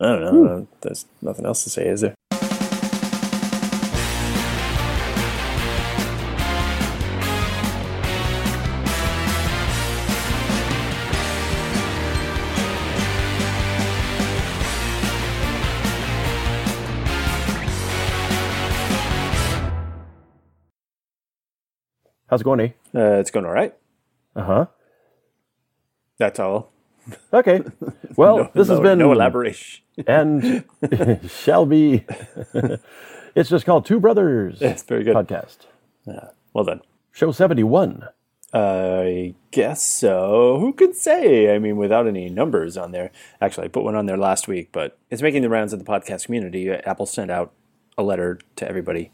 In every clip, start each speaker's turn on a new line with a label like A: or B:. A: I don't know. Uh, There's nothing else to say, is there?
B: How's it going, eh?
A: Uh, it's going all right.
B: Uh huh.
A: That's all.
B: Okay. Well, this has
A: No-
B: been
A: no elaboration.
B: and shall be. it's just called Two Brothers
A: It's very good.
B: Podcast,
A: Well done.
B: Show seventy one.
A: I guess so. Who could say? I mean, without any numbers on there. Actually, I put one on there last week, but it's making the rounds of the podcast community. Apple sent out a letter to everybody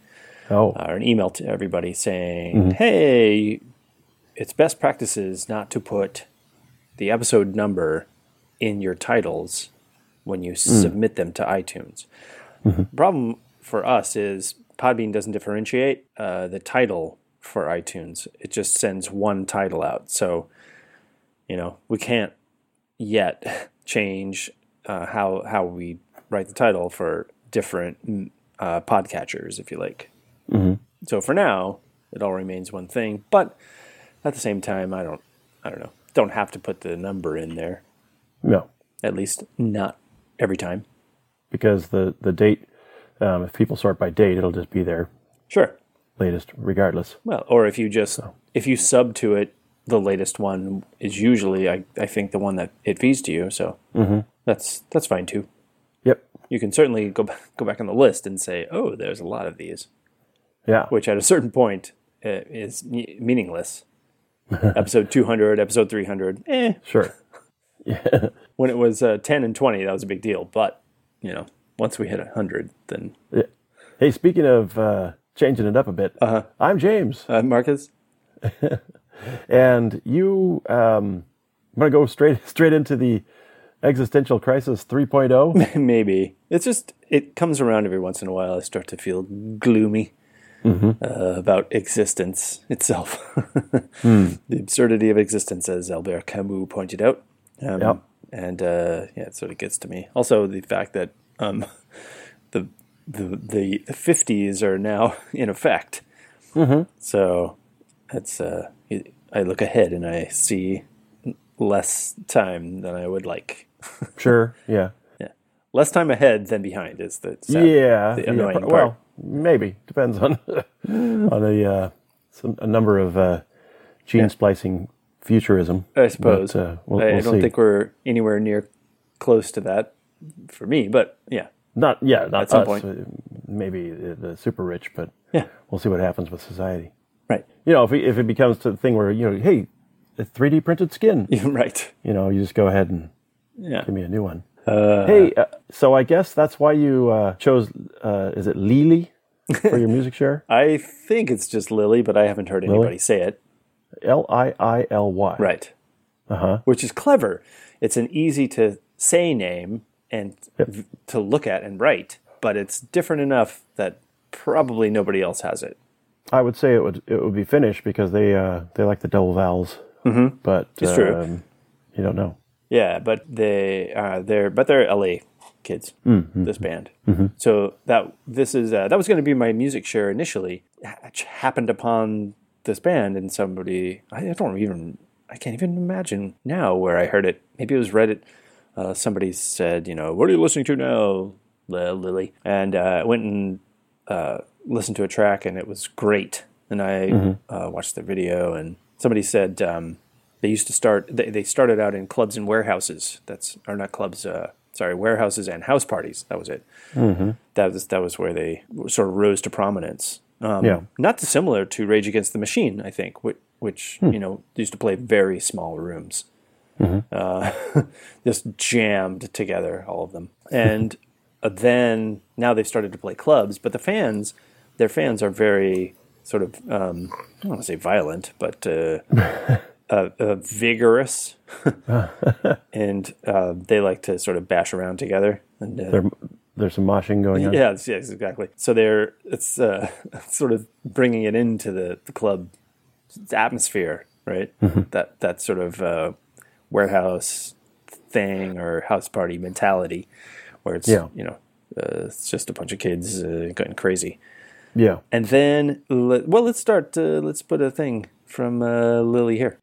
B: Oh,
A: or an email to everybody saying, "Hey, it's best practices not to put the episode number in your titles when you submit them to iTunes." The problem for us is Podbean doesn't differentiate uh, the title for iTunes; it just sends one title out. So, you know, we can't yet change uh, how how we write the title for different mm, uh, podcatchers, if you like. So for now, it all remains one thing. But at the same time, I don't, I don't know, don't have to put the number in there.
B: no,
A: At least not every time.
B: because the the date. Um, if people sort by date, it'll just be their
A: Sure.
B: latest, regardless.
A: Well, or if you just if you sub to it, the latest one is usually I, I think the one that it feeds to you. So that's that's fine too.
B: Yep.
A: You can certainly go back, go back on the list and say, oh, there's a lot of these,
B: Yeah.
A: which at a certain point uh, is me- meaningless. episode 200, episode 300, eh,
B: Sure.
A: when it was uh, 10 and 20 that was a big deal but you know once we hit 100 then
B: Hey, speaking of uh, changing it up a bit, uh-huh. I'm James,
A: uh, marcus
B: and you. Um, I'm gonna go straight straight into the existential crisis oh? 3.0.
A: maybe it's just it comes around every once in a while i start to feel gloomy uh, about existence itself the absurdity of existence as albert camus pointed out um,
B: Yep.
A: and uh, yeah it sort of gets to me also the fact that um, the, the the 50s are now in effect So it's uh, I look ahead and I see less time than I would like.
B: sure. Yeah.
A: Yeah, less time ahead than behind is the sad,
B: yeah,
A: the
B: yeah,
A: annoying
B: pro-
A: part.
B: Well, maybe depends on on a uh, some, a number of uh, gene splicing futurism.
A: I suppose
B: But, uh, we'll,
A: I, I
B: we'll
A: don't
B: see.
A: think we're anywhere near close to that for me, but yeah,
B: not yeah, not
A: some
B: us.
A: point.
B: Uh, Maybe the, the super rich, but
A: Yeah.
B: we'll see what happens with society.
A: right,
B: You know, if we, if it becomes to the thing where you know, hey, a 3D printed skin,
A: You're right,
B: you know, you just go ahead and
A: yeah,
B: give me a new one. hey, uh, so I guess that's why you uh, chose. Uh, is it Lily for your music share?
A: I think it's just Lily, but I haven't heard anybody say it.
B: L i i l y.
A: Right.
B: Uh-huh.
A: Which is clever. It's an easy to say name and v- to look at and write, but it's different enough that probably nobody else has it.
B: I would say it would it would be Finnish because they uh, they like the double vowels. Mm-hmm. But it's
A: true.
B: You don't know.
A: Yeah, but they uh, they're but they're LA kids. This band. So that this is uh, that was going to be my music share initially. Ha- happened upon this band and somebody I, I don't even I can't even imagine now where I heard it. Maybe it was Reddit. Uh, somebody said, you know, what are you listening to now, Li- Lily? And uh, I went and uh, listened to a track and it was great. And I uh, watched the video and somebody said um, they used to start. They, they started out in clubs and warehouses. That's or not clubs. Uh, sorry, warehouses and house parties. That was it. That was that was where they sort of rose to prominence. Um,
B: Yeah.
A: Not dissimilar to Rage Against the Machine, I think, which, which you know used to play very small rooms just jammed together, all of them. And uh, then now they've started to play clubs, but the fans, their fans are very sort of, um, I don't want to say violent, but uh, uh, uh, vigorous. and uh, they like to sort of bash around together. And, uh,
B: There, there's some moshing going on.
A: yeah, it's- yes, exactly. So they're it's uh, sort of bringing it into the, the club atmosphere, right? That that sort of uh, warehouse thing or house party mentality, where it's
B: Yeah.
A: you know uh, it's just a bunch of kids uh, going crazy.
B: Yeah.
A: And then le- well, let's start. Uh, let's put a thing from uh, Lily here.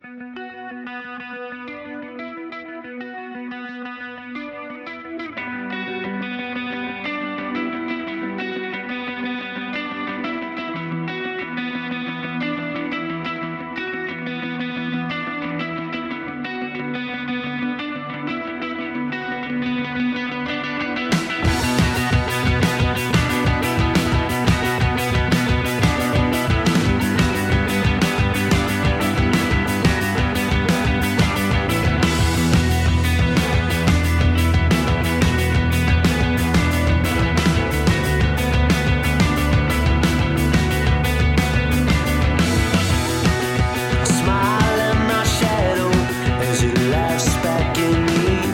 C: Smile at my shadow as it laughs back at me.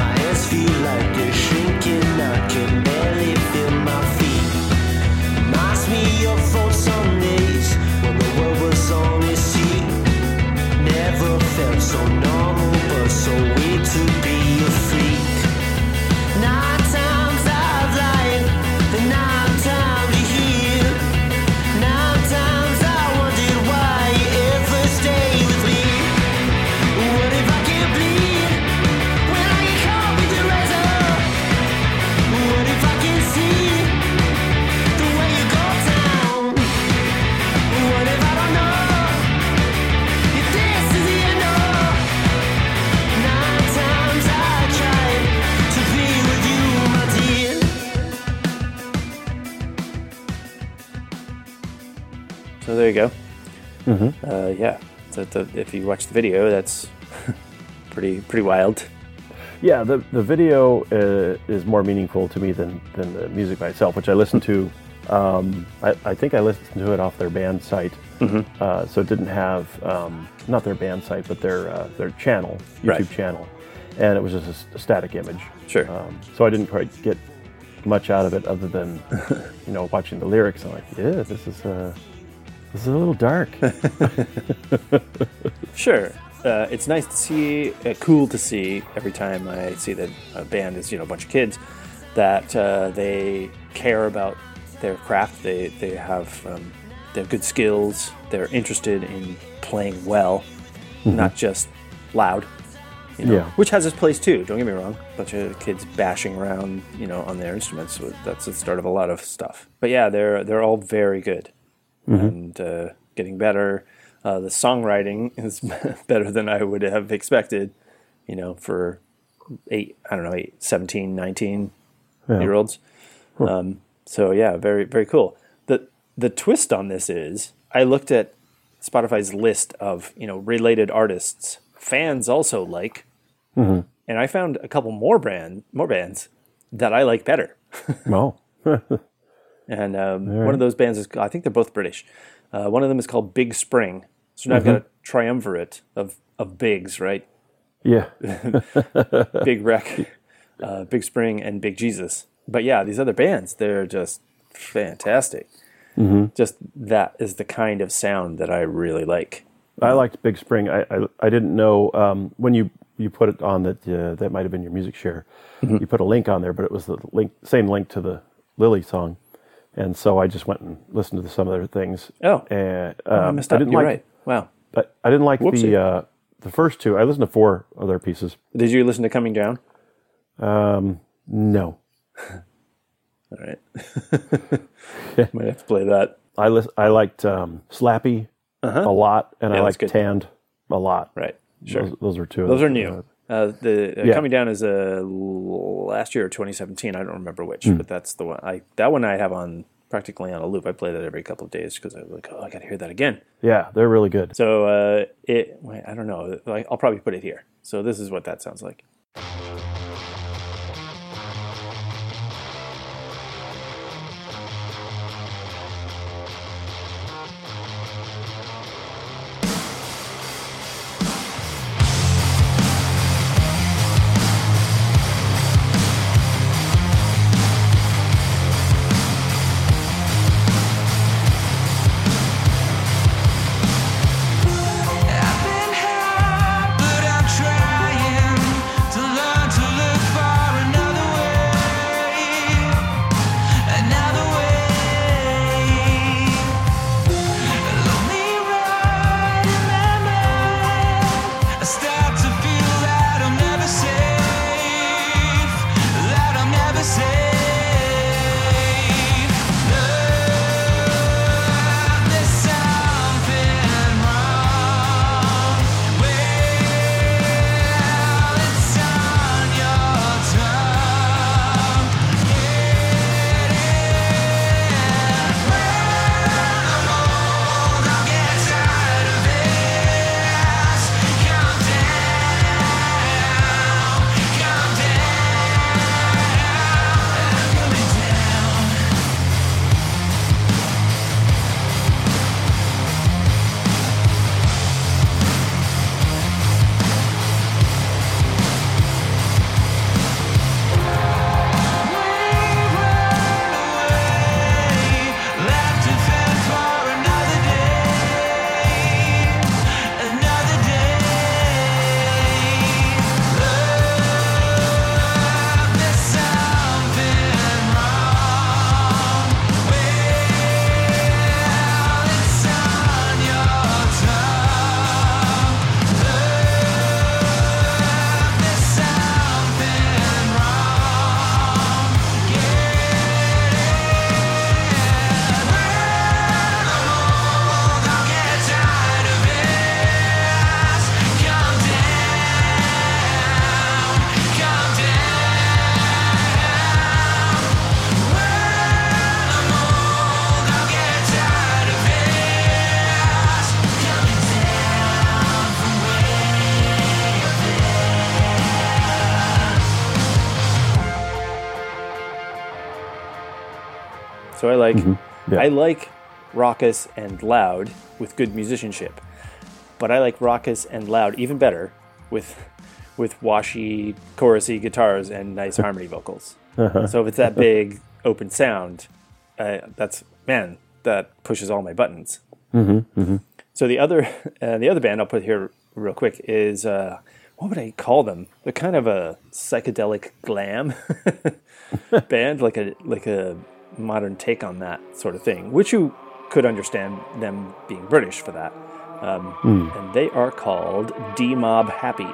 C: My hands feel like they're shrinking. I can barely feel my feet. Reminds me of old Sundays when the world was on its feet. Never felt so normal, but so weird to be a freak. Nine times I've lied, and nine times you hear. Nine times I wondered why you ever stay with me. What if I can't bleed when I get caught with your razor? What if I can't see the way you go down? What if I don't know if this is the end? Or nine times I tried to be with you, my dear.
A: So there you go. Uh, yeah. So the, if you watch the video, that's pretty pretty wild.
B: Yeah, the, the video uh, is more meaningful to me than, than the music by itself, which I listened to. Um, I, I think I listened to it off their band site,
A: Mm-hmm.
B: uh, so it didn't have um, not their band site, but their uh, their channel, YouTube
A: Right.
B: channel, and it was just a s- a, static image.
A: Sure.
B: Um, so I didn't quite get much out of it, other than you know watching the lyrics. I'm like, yeah, this is uh, this is a little dark.
A: Sure. Uh, it's nice to see, uh, cool to see every time I see that a band is, you know, a bunch of kids, that uh, they care about their craft. They, they have um, they have good skills. They're interested in playing well, not just loud. You know,
B: Yeah.
A: Which has its place too. Don't get me wrong. A bunch of kids bashing around, you know, on their instruments. so That's the start of a lot of stuff. But yeah, they're they're all very good and uh, getting better. Uh, the songwriting is better than I would have expected, you know, for eight, I don't know, eight, 17, 19 year olds. Um, so yeah, very, very cool. The, the twist on this is I looked at Spotify's list of, you know, related artists fans also like,
B: Mm-hmm.
A: and I found a couple more brand, more bands that I like better
B: oh,
A: and um, one of those bands is I think they're both British. Uh, one of them is called Big Spring. So now
B: Mm-hmm.
A: I've got a triumvirate of of bigs, right?
B: yeah,
A: Big Wreck, uh, Big Spring, and Big Jesus. But yeah, these other bands, they're just fantastic.
B: Mm-hmm.
A: Just that is the kind of sound that I really like.
B: I liked Big Spring. I I, I didn't know um, when you, you put it on that uh, that might have been your music share.
A: Mm-hmm.
B: You put a link on there, but it was the link same link to the Lily song, and so I just went and listened to some other things.
A: Oh.
B: and um,
A: I missed out.
B: didn't
A: You're
B: like,
A: right. Wow.
B: but I didn't like
A: Whoopsie.
B: the uh, the first two. I listened to four other pieces.
A: Did you listen to Coming Down?
B: No,
A: All right. Might have to play that.
B: I lis- I liked um, Slappy a lot, and I
A: Uh-huh. that's
B: liked
A: good.
B: Tanned a lot.
A: Right. Sure.
B: Those, those were two.
A: Those are new. Uh, the uh,
B: Yeah.
A: coming down is uh, l- last year, 2017. I don't remember which,
B: Hmm.
A: but that's the one. I that one I have on practically on a loop. I play that every couple of days because I'm like, oh, I got to hear that again.
B: Yeah, they're really good.
A: So uh, it, wait, I don't know. Like, I'll probably put it here. So this is what that sounds like.
C: I've been hurt, but I'm trying to
A: So I like
B: Yeah.
A: I like raucous and loud with good musicianship, but I like raucous and loud even better with with washy, chorusy guitars and nice harmony vocals. So if it's that big open sound, uh, that's man that pushes all my buttons. So the other uh, the other band I'll put here real quick is uh, what would I call them? They're kind of a psychedelic glam band, like a like a modern take on that sort of thing, which you could understand them being British for that. Um, And they are called D Mob Happy.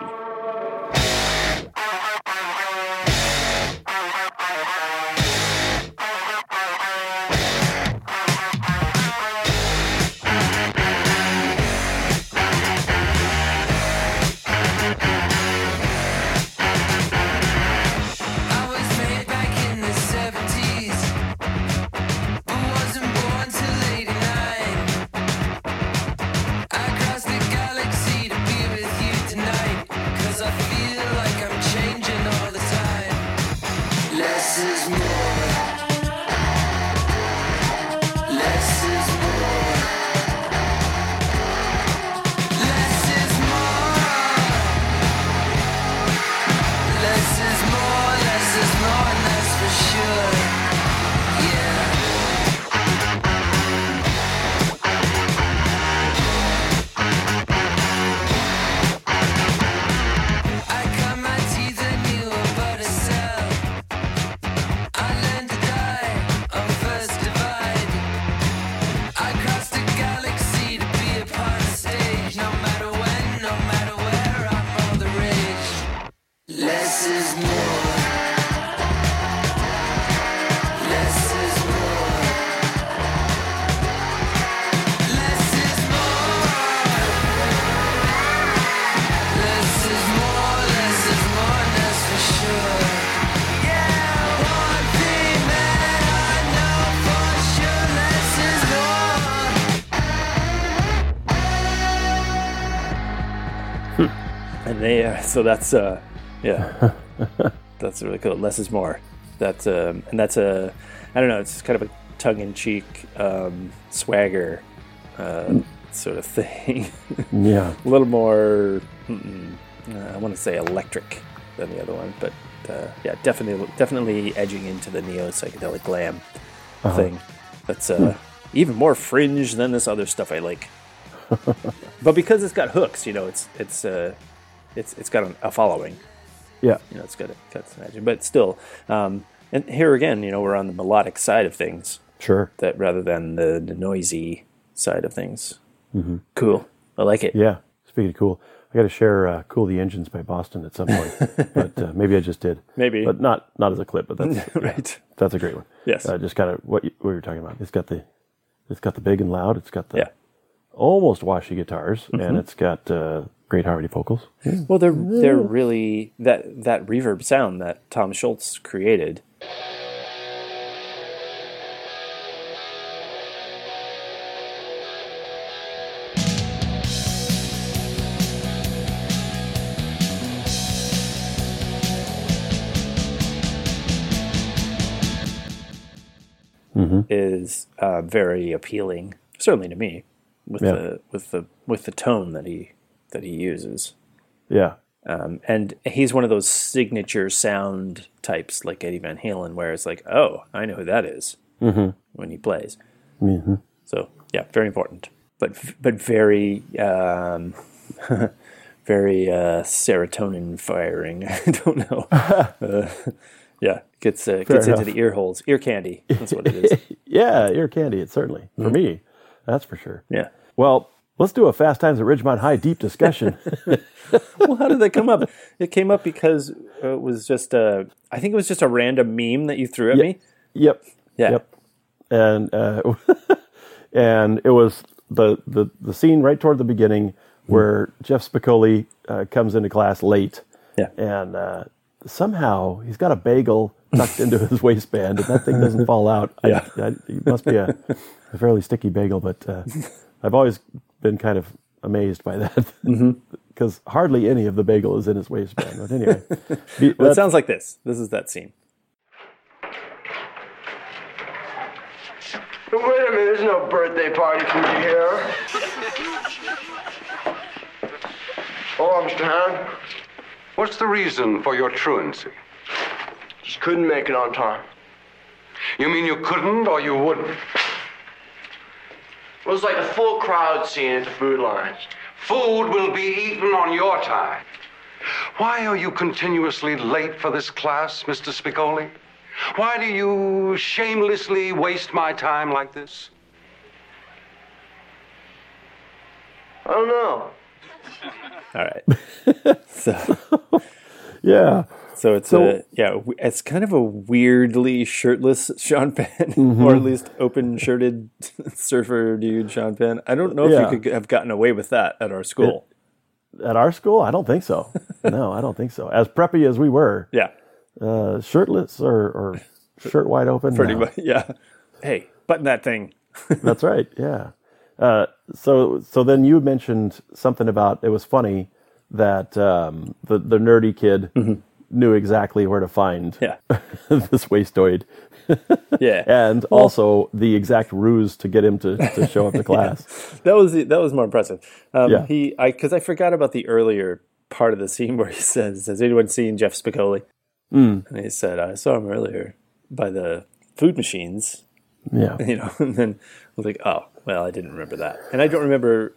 D: I was made back in the 70s, but wasn't born till 89. I crossed the galaxy to be with you tonight, 'cause I feel like I'm changing all the time. Less is more. Less is more. Less is more. Less is more, less is more, and that's for sure. Yeah. I cut my teeth and you were but a cell. I learned to die on first divide. I crossed the galaxy to be upon a stage. No matter when, no matter where, I'm all the rage. Less is more. Less is more. Less is more. Less is more. Less is more. That's for sure. Yeah, one thing that I know for sure. Less is more.
A: And they uh, so that's uh yeah that's really cool. Less is more. That's um and that's a I don't know. It's kind of a tongue in cheek um, swagger uh, sort of thing.
B: Yeah.
A: a little more mm, uh, I want to say electric than the other one, but uh, yeah, definitely definitely edging into the neo psychedelic glam thing. That's uh, even more fringe than this other stuff I like. but because it's got hooks, you know, it's it's uh, it's it's got a, a following
B: Yeah.
A: you know, it's got got some action, but still, um, and here again, you know, we're on the melodic side of things,
B: Sure.
A: that rather than the, the noisy side of things. Cool, I like it.
B: Yeah. Speaking of cool, I got to share uh, "Cool the Engines" by Boston at some point, but uh, maybe I just did.
A: Maybe.
B: but not not as a clip. But that's
A: right.
B: that's a great one.
A: Yes.
B: uh, just kind of what you, what you were talking about. It's got the it's got the big and loud. It's got the
A: Yeah. Mm-hmm.
B: almost washy guitars, and it's got uh, great harmony vocals.
A: Well, they're they're really that that reverb sound that Tom Schultz created.
B: Mm-hmm.
A: Is uh, very appealing, certainly to me, with
B: Yeah.
A: the with the with the tone that he that he uses.
B: Yeah,
A: Um, and he's one of those signature sound types like Eddie Van Halen, where it's like, oh, I know who that is
B: Mm-hmm.
A: when he plays. So yeah, very important, but but very um, very uh, serotonin firing. I don't know. Uh, yeah, gets uh, gets into
B: enough.
A: the ear holes, ear candy. That's what it is.
B: yeah, ear candy. It certainly
A: Mm-hmm.
B: for me, that's for sure.
A: yeah.
B: Well, let's do a Fast Times at Ridgemont High deep discussion.
A: Well, how did that come up? It came up because it was just a. I think it was just a random meme that you threw at me.
B: yep.
A: Yeah.
B: Yep. and uh, and it was the, the the scene right toward the beginning where Jeff Spicoli uh, comes into class late,
A: Yeah.
B: and uh, somehow he's got a bagel tucked into his waistband, and that thing doesn't fall out. I-
A: Yeah.
B: I- it must be a, a fairly sticky bagel, but uh, I've always been kind of amazed by that
A: Mm-hmm.
B: because hardly any of the bagel is in his waistband. But anyway, be-
A: Well, it
B: that's-
A: sounds like this. This is that scene.
E: Wait a minute, there's no birthday party for me here. Hello, Mr. Heron.
F: What's the reason for your truancy?
E: Just couldn't make it on time.
F: You mean you couldn't or you wouldn't?
E: It was like a full crowd scene at the food lines.
F: Food will be eaten on your time. Why are you continuously late for this class, Mr. Spicoli? Why do you shamelessly waste my time like this?
E: I don't know.
A: All right. so,
B: Yeah.
A: so it's a yeah, w- it's kind of a weirdly shirtless Sean Penn,
B: Mm-hmm.
A: or at least open shirted surfer dude Sean Penn. I don't know
B: Yeah.
A: if you could have gotten away with that at our school.
B: At our school, I don't think so. No, I don't think so. As preppy as we were,
A: yeah,
B: uh, shirtless or, or shirt wide open.
A: pretty
B: no.
A: much. Yeah. Hey, button that thing.
B: That's right. Yeah. Uh, so so then you mentioned something about it was funny that um, the the nerdy kid knew exactly where to find
A: Mm-hmm. Yeah.
B: this wastoid
A: Yeah.
B: and also the exact ruse to get him to, to show up to class.
A: that was the, that was more impressive. Um,
B: Yeah.
A: He, I because I forgot about the earlier part of the scene where he says, "Has anyone seen Jeff Spicoli?"
B: Mm.
A: And he said, "I saw him earlier by the food machines."
B: Yeah.
A: You know, and then I was like, "Oh, well, I didn't remember that," and I don't remember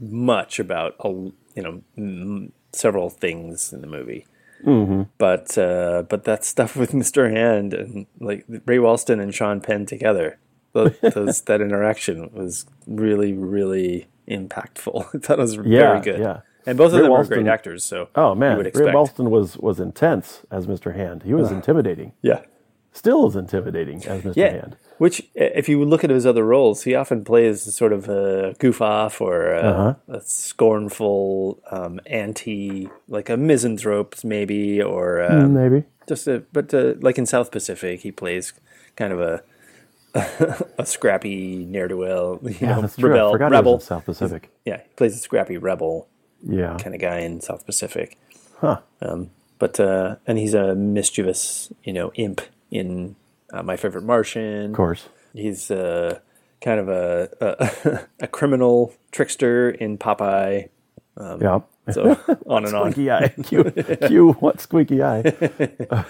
A: much about a l- you know m- several things in the movie.
B: Mm-hmm.
A: But uh, but that stuff with Mr. Hand and like Ray Walston and Sean Penn together, tho- those, that interaction was really really impactful. I thought it was very
B: Yeah,
A: good.
B: yeah.
A: And both of
B: Ray
A: them are
B: Walston-
A: great actors, so
B: Oh man,
A: you would
B: Ray
A: expect.
B: Walston was was intense as Mr. Hand. He was intimidating.
A: yeah,
B: Still is intimidating as Mr.
A: yeah.
B: Hand.
A: Which, i- if you look at his other roles, he often plays sort of a goof off or a,
B: Uh-huh.
A: a scornful um, anti, like a misanthrope maybe, or a,
B: Maybe.
A: just a but uh, like in South Pacific, he plays kind of a a scrappy ne'er do well, you know,
B: That's true. I
A: rebel,
B: forgot he was
A: rebel.
B: in South Pacific.
A: yeah, he plays a scrappy rebel
B: Yeah.
A: kind of guy in South Pacific. Huh. Um, but uh, and he's a mischievous, you know, imp in uh, My Favorite Martian.
B: Of course.
A: He's uh, kind of a a, a criminal trickster in Popeye.
B: yeah.
A: So on and on.
B: Squeaky eye. Q, Q, what squeaky eye?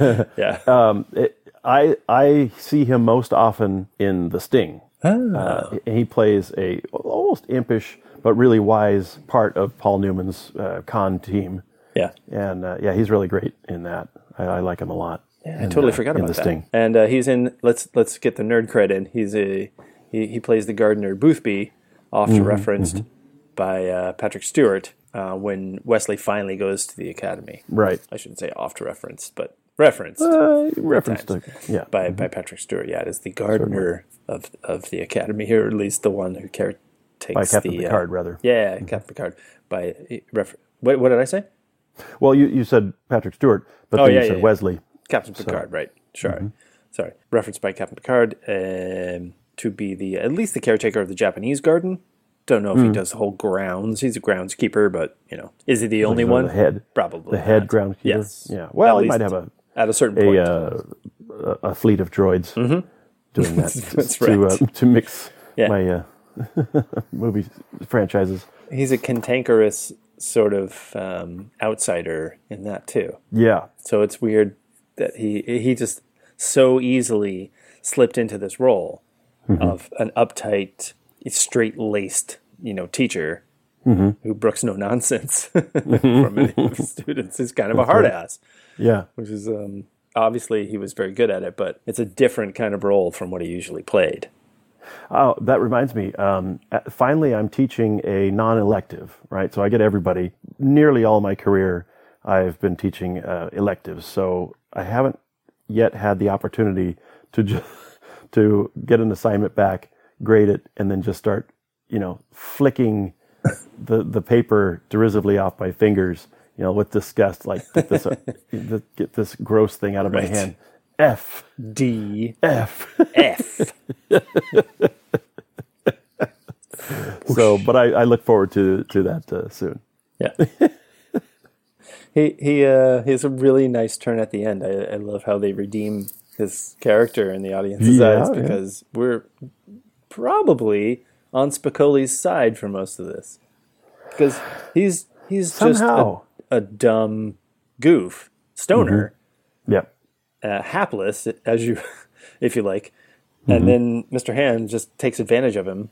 B: Um,
A: Yeah.
B: Uh, it, I I see him most often in The Sting.
A: Oh.
B: Uh, he- he plays a almost impish but really wise part of Paul Newman's uh, con team,
A: yeah.
B: and uh, yeah, he's really great in that. I, I like him a lot.
A: I totally forgot
B: in
A: about
B: The
A: that.
B: Sting.
A: And uh, he's in. Let's let's get the nerd cred in. He's a he, he plays the gardener Boothby, oft
B: Mm-hmm,
A: referenced by uh, Patrick Stewart uh, when Wesley finally goes to the academy.
B: Right.
A: I shouldn't say oft referenced, but referenced
B: Uh, reference to yeah.
A: by by Patrick Stewart. Yeah, it is the gardener of of the academy, or at least the one who care takes
B: by Captain
A: the
B: Picard,
A: Uh,
B: rather. Mm-hmm.
A: yeah, Captain Picard. By uh, refer- what, what did I say?
B: Well, you, you said Patrick Stewart, but
A: Oh,
B: then
A: yeah,
B: you said
A: yeah, yeah.
B: Wesley.
A: Captain Picard, right? Sure.
B: Mm-hmm.
A: Sorry, referenced by Captain Picard um, to be the at least the caretaker of the Japanese garden. Don't know if
B: Mm.
A: he does the whole grounds. He's a groundskeeper, but you know, is he the only
B: sort
A: one?
B: of the head-
A: probably
B: the head
A: not.
B: groundskeeper?
A: Yes.
B: Yeah. Well,
A: At
B: he might
A: least
B: have
A: at a certain
B: a
A: point.
B: uh, a- a fleet of droids doing that
A: Mm-hmm. That's
B: to
A: right.
B: uh, to mix
A: Yeah.
B: my uh, movie franchises.
A: He's a cantankerous sort of um, outsider in that too.
B: Yeah,
A: So it's weird that he he just so easily slipped into this role of an uptight, straight laced, you know, teacher who brooks no nonsense from any of his students. He's kind of a hard ass,
B: yeah,
A: which is um, obviously he was very good at it, but it's a different kind of role from what he usually played.
B: Oh, that reminds me. Um, uh, finally, I'm teaching a non-elective, right? So I get everybody. Nearly all my career, I've been teaching uh, electives. So I haven't yet had the opportunity to ju- to get an assignment back, grade it, and then just start, you know, flicking the the paper derisively off my fingers, you know, with disgust, like get this uh, th- get this gross thing out of
A: Right.
B: my hand. F
A: D
B: F.
A: F.
B: So, but I, I look forward to to that uh, soon.
A: Yeah. he he uh he has a really nice turn at the end. I, I love how they redeem his character in the audience's
B: Yeah,
A: eyes
B: yeah.
A: because we're probably on Spicoli's side for most of this because he's he's
B: Somehow. Mm-hmm.
A: just a, a dumb goof stoner,
B: Yeah.
A: uh, hapless as you if you like,
B: Mm-hmm.
A: and then Mr. Hand just takes advantage of him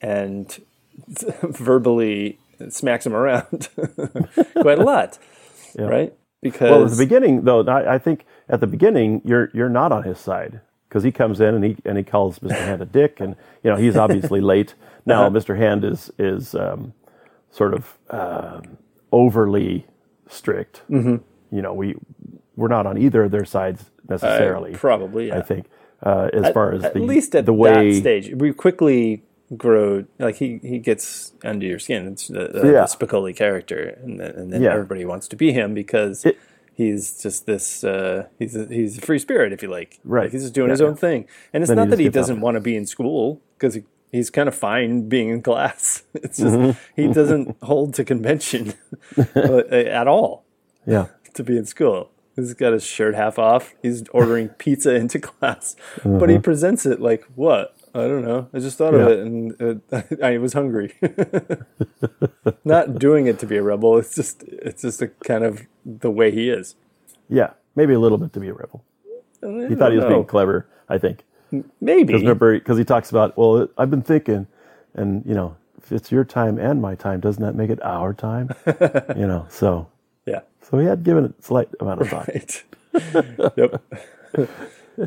A: and verbally smacks him around quite a lot, right? Because
B: Well, at the beginning, though, I, I think at the beginning you're you're not on his side because he comes in and he and he calls Mr. Hand a dick, and you know he's obviously late. Now
A: Uh-huh.
B: Mr. Hand is is um, sort of um overly strict.
A: Mm-hmm.
B: You know, we we're not on either of their sides necessarily.
A: probably, yeah.
B: I think uh, as far as
A: at
B: the
A: least at
B: the way
A: that stage, we quickly grow. Like he, he gets under your skin. It's the, the,
B: Yeah.
A: the Spicoli character, and then, and then
B: Yeah.
A: everybody wants to be him because
B: It-
A: he's just this. Uh, he's a, he's a free spirit, if you like.
B: Right.
A: Like, he's just doing
B: Yeah,
A: his
B: yeah.
A: own thing, and it's
B: Then
A: not
B: he
A: that
B: just
A: he
B: gets off
A: doesn't want to be in school because he, he's kind of fine being in class. It's just
B: Mm-hmm.
A: he doesn't hold to convention uh, at all
B: yeah.
A: to be in school. He's got his shirt half off. He's ordering pizza into class, but he presents it like what? I don't know. I just thought of
B: Uh-huh. Yeah.
A: it, and uh, I was hungry. Not doing it to be a rebel. It's just it's just a kind of the way he is.
B: Yeah, maybe a little bit to be a rebel. He thought he was being clever. I think
A: Maybe
B: because he talks about well, I've been thinking, and you know, if it's your time and my time, doesn't that make it our time? you know, so
A: yeah.
B: so he had given it a slight amount of thought.
A: Right. yep.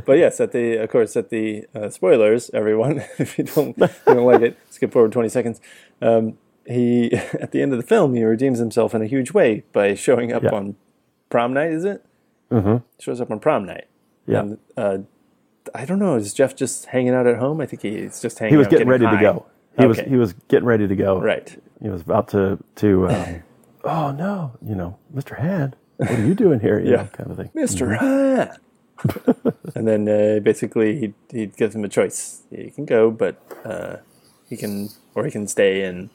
A: but yes, at the of course at the uh, spoilers, everyone. If you don't, if you don't like it, skip forward twenty seconds. Um, he at the end of the film, he redeems himself in a huge way by showing up
B: Yeah.
A: on prom night. Is it? Mm-hmm. Shows up on prom night.
B: Yeah,
A: And, uh, I don't know. Is Jeff just hanging out at home? I think he's just hanging.
B: he was
A: out,
B: getting, ready
A: high.
B: to go. He was
A: Okay.
B: he was getting ready to go.
A: Right.
B: He was about to to. Um, oh no, you know, Mr. Hand, what are you doing here? You
A: Yeah.
B: know, kind of thing.
A: Mr. High. and then uh, basically he he gives him a choice. He can go, but uh, he can or he can stay and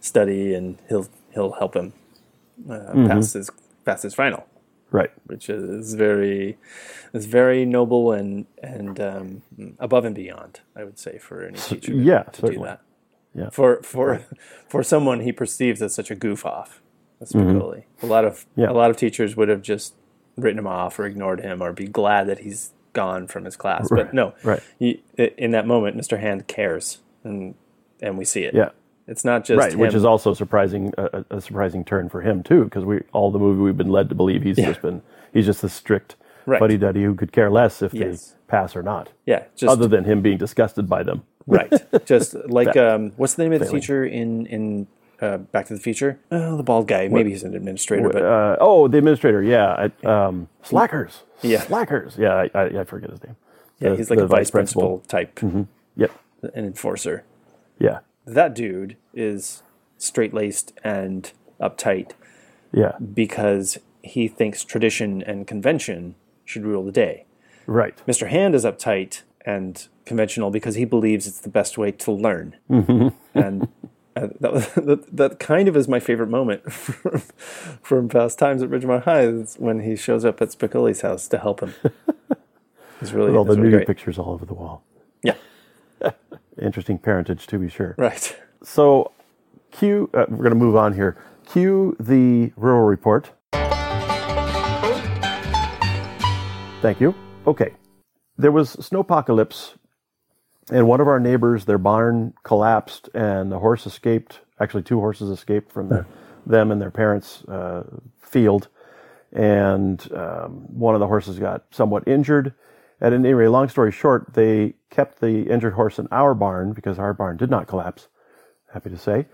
A: study, and he'll he'll help him uh, pass his pass his final,
B: Right.
A: which is very is very noble and and um, above and beyond. I would say for any teacher to-
B: yeah,
A: to do
B: certainly.
A: that.
B: Yeah.
A: For for for someone he perceives as such a goof off, that's Spicoli. A lot of
B: Mm-hmm. Yeah.
A: a lot of teachers would have just written him off or ignored him or be glad that he's gone from his class.
B: Right,
A: But no,
B: right.
A: He, i- in that moment, Mr. Hand cares, and and we see it.
B: Yeah.
A: It's not just
B: right,
A: him.
B: which is also surprising a, a a surprising turn for him too, because we all the movie we've been led to believe he's just been he's just this strict
A: Right.
B: fuddy duddy who could care less if
A: Yes.
B: they pass or not,
A: yeah, just
B: other than him being disgusted by them.
A: right. Just like um, what's the name of the
B: Failing.
A: teacher in in uh, Back to the Future? Oh, the bald guy. Maybe he's an administrator, but
B: Uh, oh, the administrator, yeah, I, um, slackers,
A: Yeah.
B: slackers, yeah, I, I, I forget his name.
A: yeah,
B: The-
A: he's like
B: the Mm-hmm.
A: a vice principal, type,
B: Yep,
A: an enforcer.
B: yeah,
A: that dude is straight laced and uptight
B: yeah,
A: because he thinks tradition and convention should rule the day.
B: right,
A: Mr. Hand is uptight and conventional because he believes it's the best way to learn.
B: Mm-hmm.
A: and uh, that, was, that, that kind of is my favorite moment from, from past times at Ridgemont High is when he shows up at Spicoli's house to help him. It's really,
B: with all the
A: it's really
B: nudie
A: great.
B: pictures all over the wall.
A: Yeah,
B: Interesting parentage to be sure.
A: right.
B: So, cue. Uh, we're going to move on here. Cue the rural report. Thank you. Okay. There was snowpocalypse, and one of our neighbors, their barn collapsed, and the horse escaped. Actually, two horses escaped from their, them and their parents' uh, field, and um, one of the horses got somewhat injured. At any rate, long story short, they kept the injured horse in our barn because our barn did not collapse happy to say.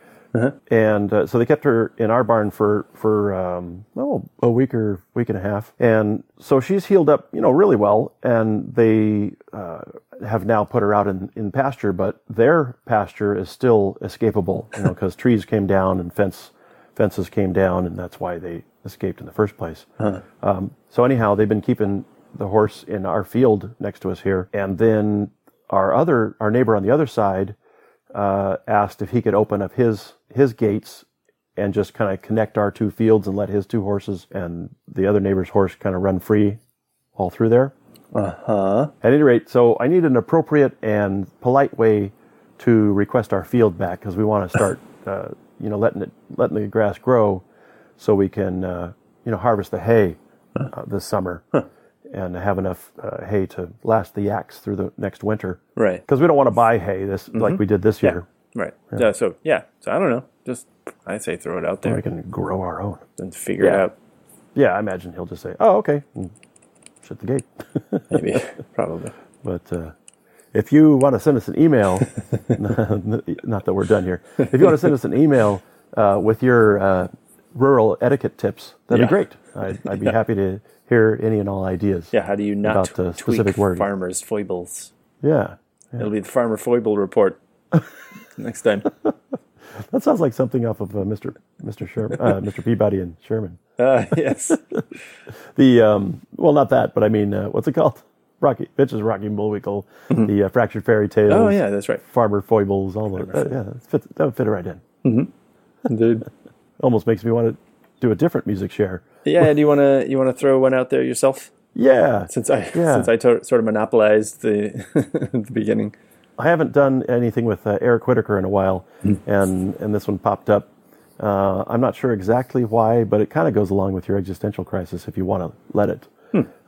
B: And uh, so they kept her in our barn for for um, oh a week or week and a half, and so she's healed up, you know, really well. And they uh, have now put her out in, in pasture, but their pasture is still escapable, you know, because trees came down and fence fences came down, and that's why they escaped in the first place. Um, so anyhow, they've been keeping the horse in our field next to us here, and then our other our neighbor on the other side uh, asked if he could open up his his gates and just kind of connect our two fields and let his two horses and the other neighbor's horse kind of run free all through there. Uh huh. At any rate, so I need an appropriate and polite way to request our field back because we want to start, uh, you know, letting it letting the grass grow, so we can, uh, you know, harvest the hay uh, this summer and have enough uh, hay to last the yaks through the next winter.
A: Right.
B: Because we don't want to buy hay this like we did this year.
A: Right. Yeah, so yeah. So I don't know. Just I say throw it out
B: We
A: there
B: can grow our own.
A: and figure it
B: Yeah.
A: out.
B: Yeah, I imagine he'll just say, "Oh, okay, and shut the gate."
A: Maybe probably.
B: But uh, if you want to send us an email, not that we're done here. If you want to send us an email uh, with your uh, rural etiquette tips, that'd
A: Yeah.
B: be great. I'd, I'd be happy to hear any and all ideas.
A: Yeah. How do you not
B: About
A: tw-
B: the
A: tweak
B: specific wording.
A: farmers' foibles?
B: yeah.
A: It'll be the farmer foible report next time.
B: That sounds like something off of uh, Mr. Mr. Sher- uh, Mr. Peabody and Sherman.
A: Uh, yes.
B: The um, well, not that, but I mean, uh, what's it called? Rocky Bitches, Rocky Bullwinkle, the uh, fractured fairy tales.
A: Mm-hmm. Oh yeah, that's right.
B: Farmer foibles, all those. Uh, yeah, that, fits, that would fit right in.
A: Dude.
B: Almost makes me want to do a different music share.
A: Yeah. Do you wanna you wanna throw one out there yourself?
B: Yeah,
A: Since I
B: Yeah.
A: since I to- sort of monopolized the the beginning.
B: I haven't done anything with uh, Eric Whitaker in a while, and and this one popped up. Uh, I'm not sure exactly why, but it kind of goes along with your existential crisis if you want to let it.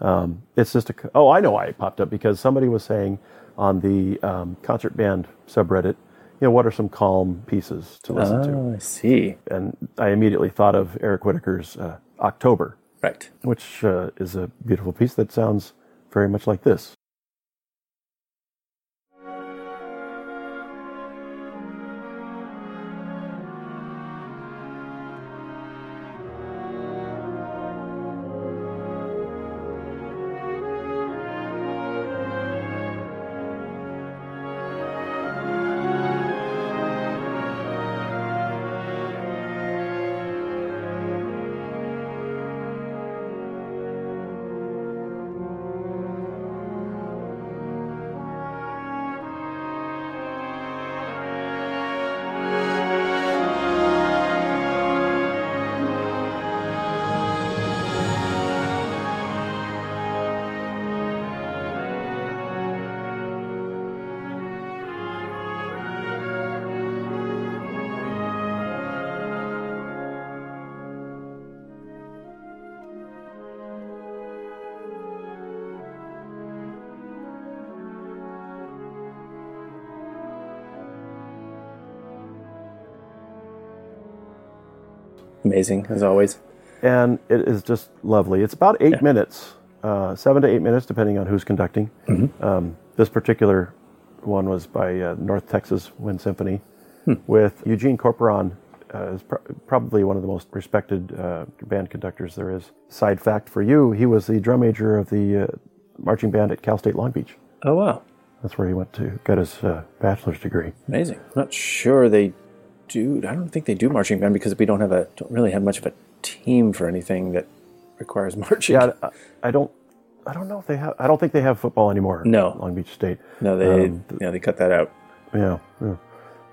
B: Um, it's just a c- oh, I know why it popped up because somebody was saying on the um, concert band subreddit, you know, what are some calm pieces to listen
A: Ah, I see.
B: to? And I immediately thought of Eric Whitaker's uh, October,
A: Right.
B: which uh, is a beautiful piece that sounds very much like this.
A: Amazing as always.
B: and it is just lovely. It's about eight minutes, uh, seven to eight minutes, depending on who's conducting. Um, this particular one was by uh, North Texas Wind Symphony with Eugene Corporon, uh, is pro- probably one of the most respected uh, band conductors there is. Side fact for you, he was the drum major of the uh, marching band at Cal State Long Beach.
A: Oh wow.
B: That's where he went to got his uh, bachelor's degree.
A: Amazing. I'm not sure they do. I don't think they do marching band because we don't have a don't really have much of a team for anything that requires marching.
B: Yeah, I, I don't. I don't know if they have. I don't think they have football anymore.
A: No.
B: at Long Beach State.
A: no, they
B: Um,
A: yeah they cut that out.
B: Yeah, yeah.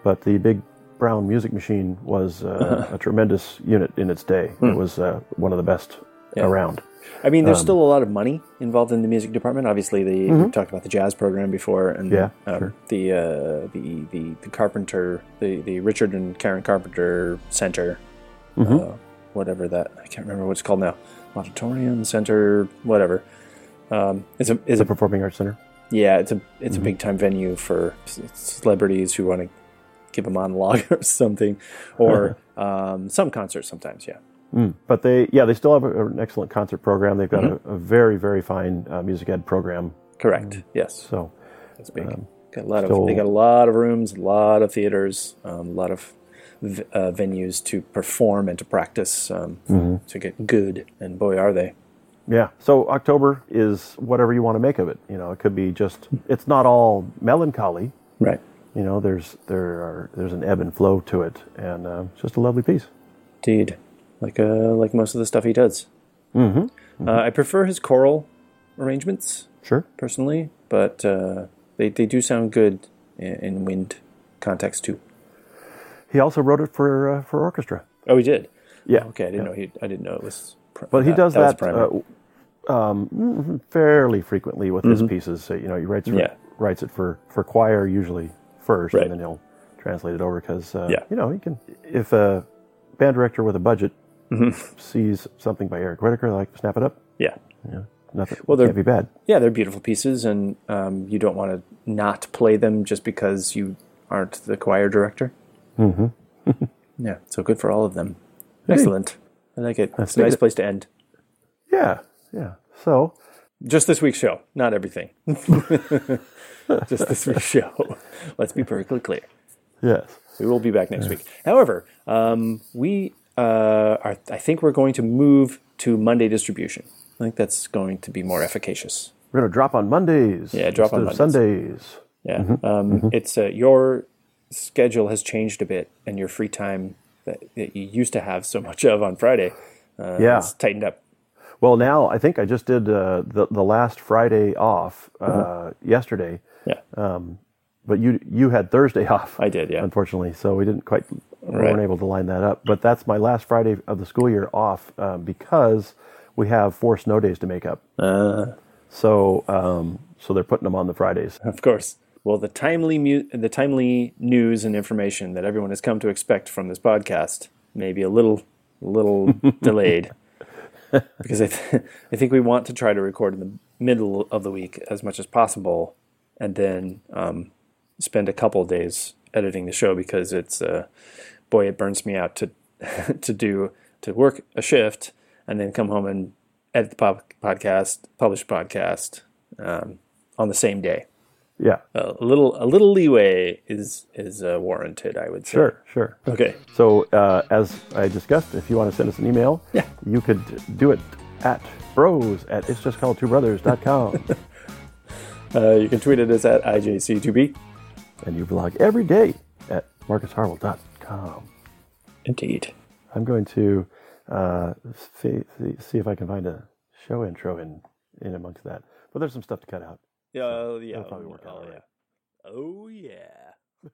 B: But the big brown music machine was uh, a tremendous unit in its day. It was uh, one of the best
A: Hmm. Yeah.
B: around.
A: I mean, there's
B: Um,
A: still a lot of money involved in the music department. Obviously, the we talked about the jazz program before, and
B: Mm-hmm. Yeah,
A: um,
B: sure.
A: the, uh, the the the Carpenter, the the Richard and Karen Carpenter Center,
B: Mm-hmm.
A: uh, whatever that I can't remember what it's called now, auditorium center, whatever. Um, it's a is
B: The Mm-hmm.
A: a
B: Performing Arts Center.
A: Yeah, it's a it's a big time venue for c- celebrities who want to give a monologue or something, or um, some concerts sometimes. Yeah,
B: But they, yeah, they still have a, an excellent concert program. They've got
A: Mm-hmm.
B: a, a very, very fine uh, music ed program.
A: correct.
B: Mm-hmm.
A: Yes,
B: So,
A: that's big.
B: Um,
A: got a lot of
B: still-
A: they got a lot of rooms, a lot of theaters, um, a lot of v- uh, venues to perform and to practice um,
B: Mm-hmm.
A: to get good. And boy, are they!
B: yeah. So October is whatever you want to make of it. You know, it could be just. It's not all melancholy.
A: Right.
B: You know, there's there are there's an ebb and flow to it, and uh, it's just a lovely piece.
A: Indeed, like uh, like most of the stuff he does. Mm-hmm. Uh, I prefer his choral arrangements.
B: Sure.
A: personally, but uh, they they do sound good in, in wind context too.
B: He also wrote it for uh, for orchestra.
A: Oh, he did.
B: Yeah.
A: Okay, I didn't know he. I didn't know it was. pr-
B: But he does
A: was
B: that,
A: primary.
B: uh, um, mm-hmm, fairly frequently with his pieces. So, you know, he writes for,
A: Mm-hmm. Yeah.
B: writes it for, for choir usually first,
A: Right.
B: and then he'll translate it over because uh,
A: Yeah.
B: you know he can. If a band director with a budget
A: Mm-hmm.
B: sees something by Eric Whitaker, like snap it up.
A: Yeah.
B: Nothing.
A: Well,
B: Well,
A: they're-
B: can't be bad.
A: Yeah, they're beautiful pieces, and um, you don't want to not play them just because you aren't the choir director. Mm-hmm. yeah, so good for all of them. Excellent. I like it. It's a
B: dig
A: nice
B: it.
A: place to end.
B: Yeah, yeah. So
A: Just this week's show, not everything. just this week's show. Let's be perfectly clear.
B: yes,
A: We will be back next week. However, um, we uh, are, I think we're going to move to Monday distribution. I think that's going to be more efficacious.
B: we're gonna drop on Mondays.
A: Yeah, drop on
B: instead of Sundays.
A: Yeah. Um, It's uh, your schedule has changed a bit, and your free time that, that you used to have so much of on Friday uh,
B: Yeah.
A: has tightened up.
B: Well, now I think I just did uh, the the last Friday off
A: Mm-hmm.
B: uh, yesterday,
A: Yeah.
B: but you you had Thursday off.
A: I did, yeah.
B: Unfortunately, so we didn't quite we
A: Right.
B: weren't able to line that up. But that's my last Friday of the school year off uh, because we have four snow days to make up.
A: Uh.
B: So um, so they're putting them on the Fridays.
A: Of course. Well, the timely mu- the timely news and information that everyone has come to expect from this podcast may be a little little delayed because I, th- I think we want to try to record in the middle of the week as much as possible, and then um, spend a couple of days editing the show because it's uh, boy it burns me out to to do to work a shift and then come home and edit the pop- podcast publish podcast um, on the same day
B: Yeah,
A: a little a little leeway is is uh, warranted, I would say.
B: sure, sure.
A: Okay.
B: So uh, as I discussed, if you want to send us an email,
A: Yeah.
B: you could do it at bros at it's just called two brothers.com.
A: Uh, you can tweet at us at IJC2B.
B: and you blog every day at marcusharwell.com.
A: Indeed.
B: I'm going to uh, see, see, see if I can find a show intro in, in amongst that. But there's some stuff to cut out.
A: Oh, Yeah, yeah.
B: probably work out all right.
A: Oh yeah.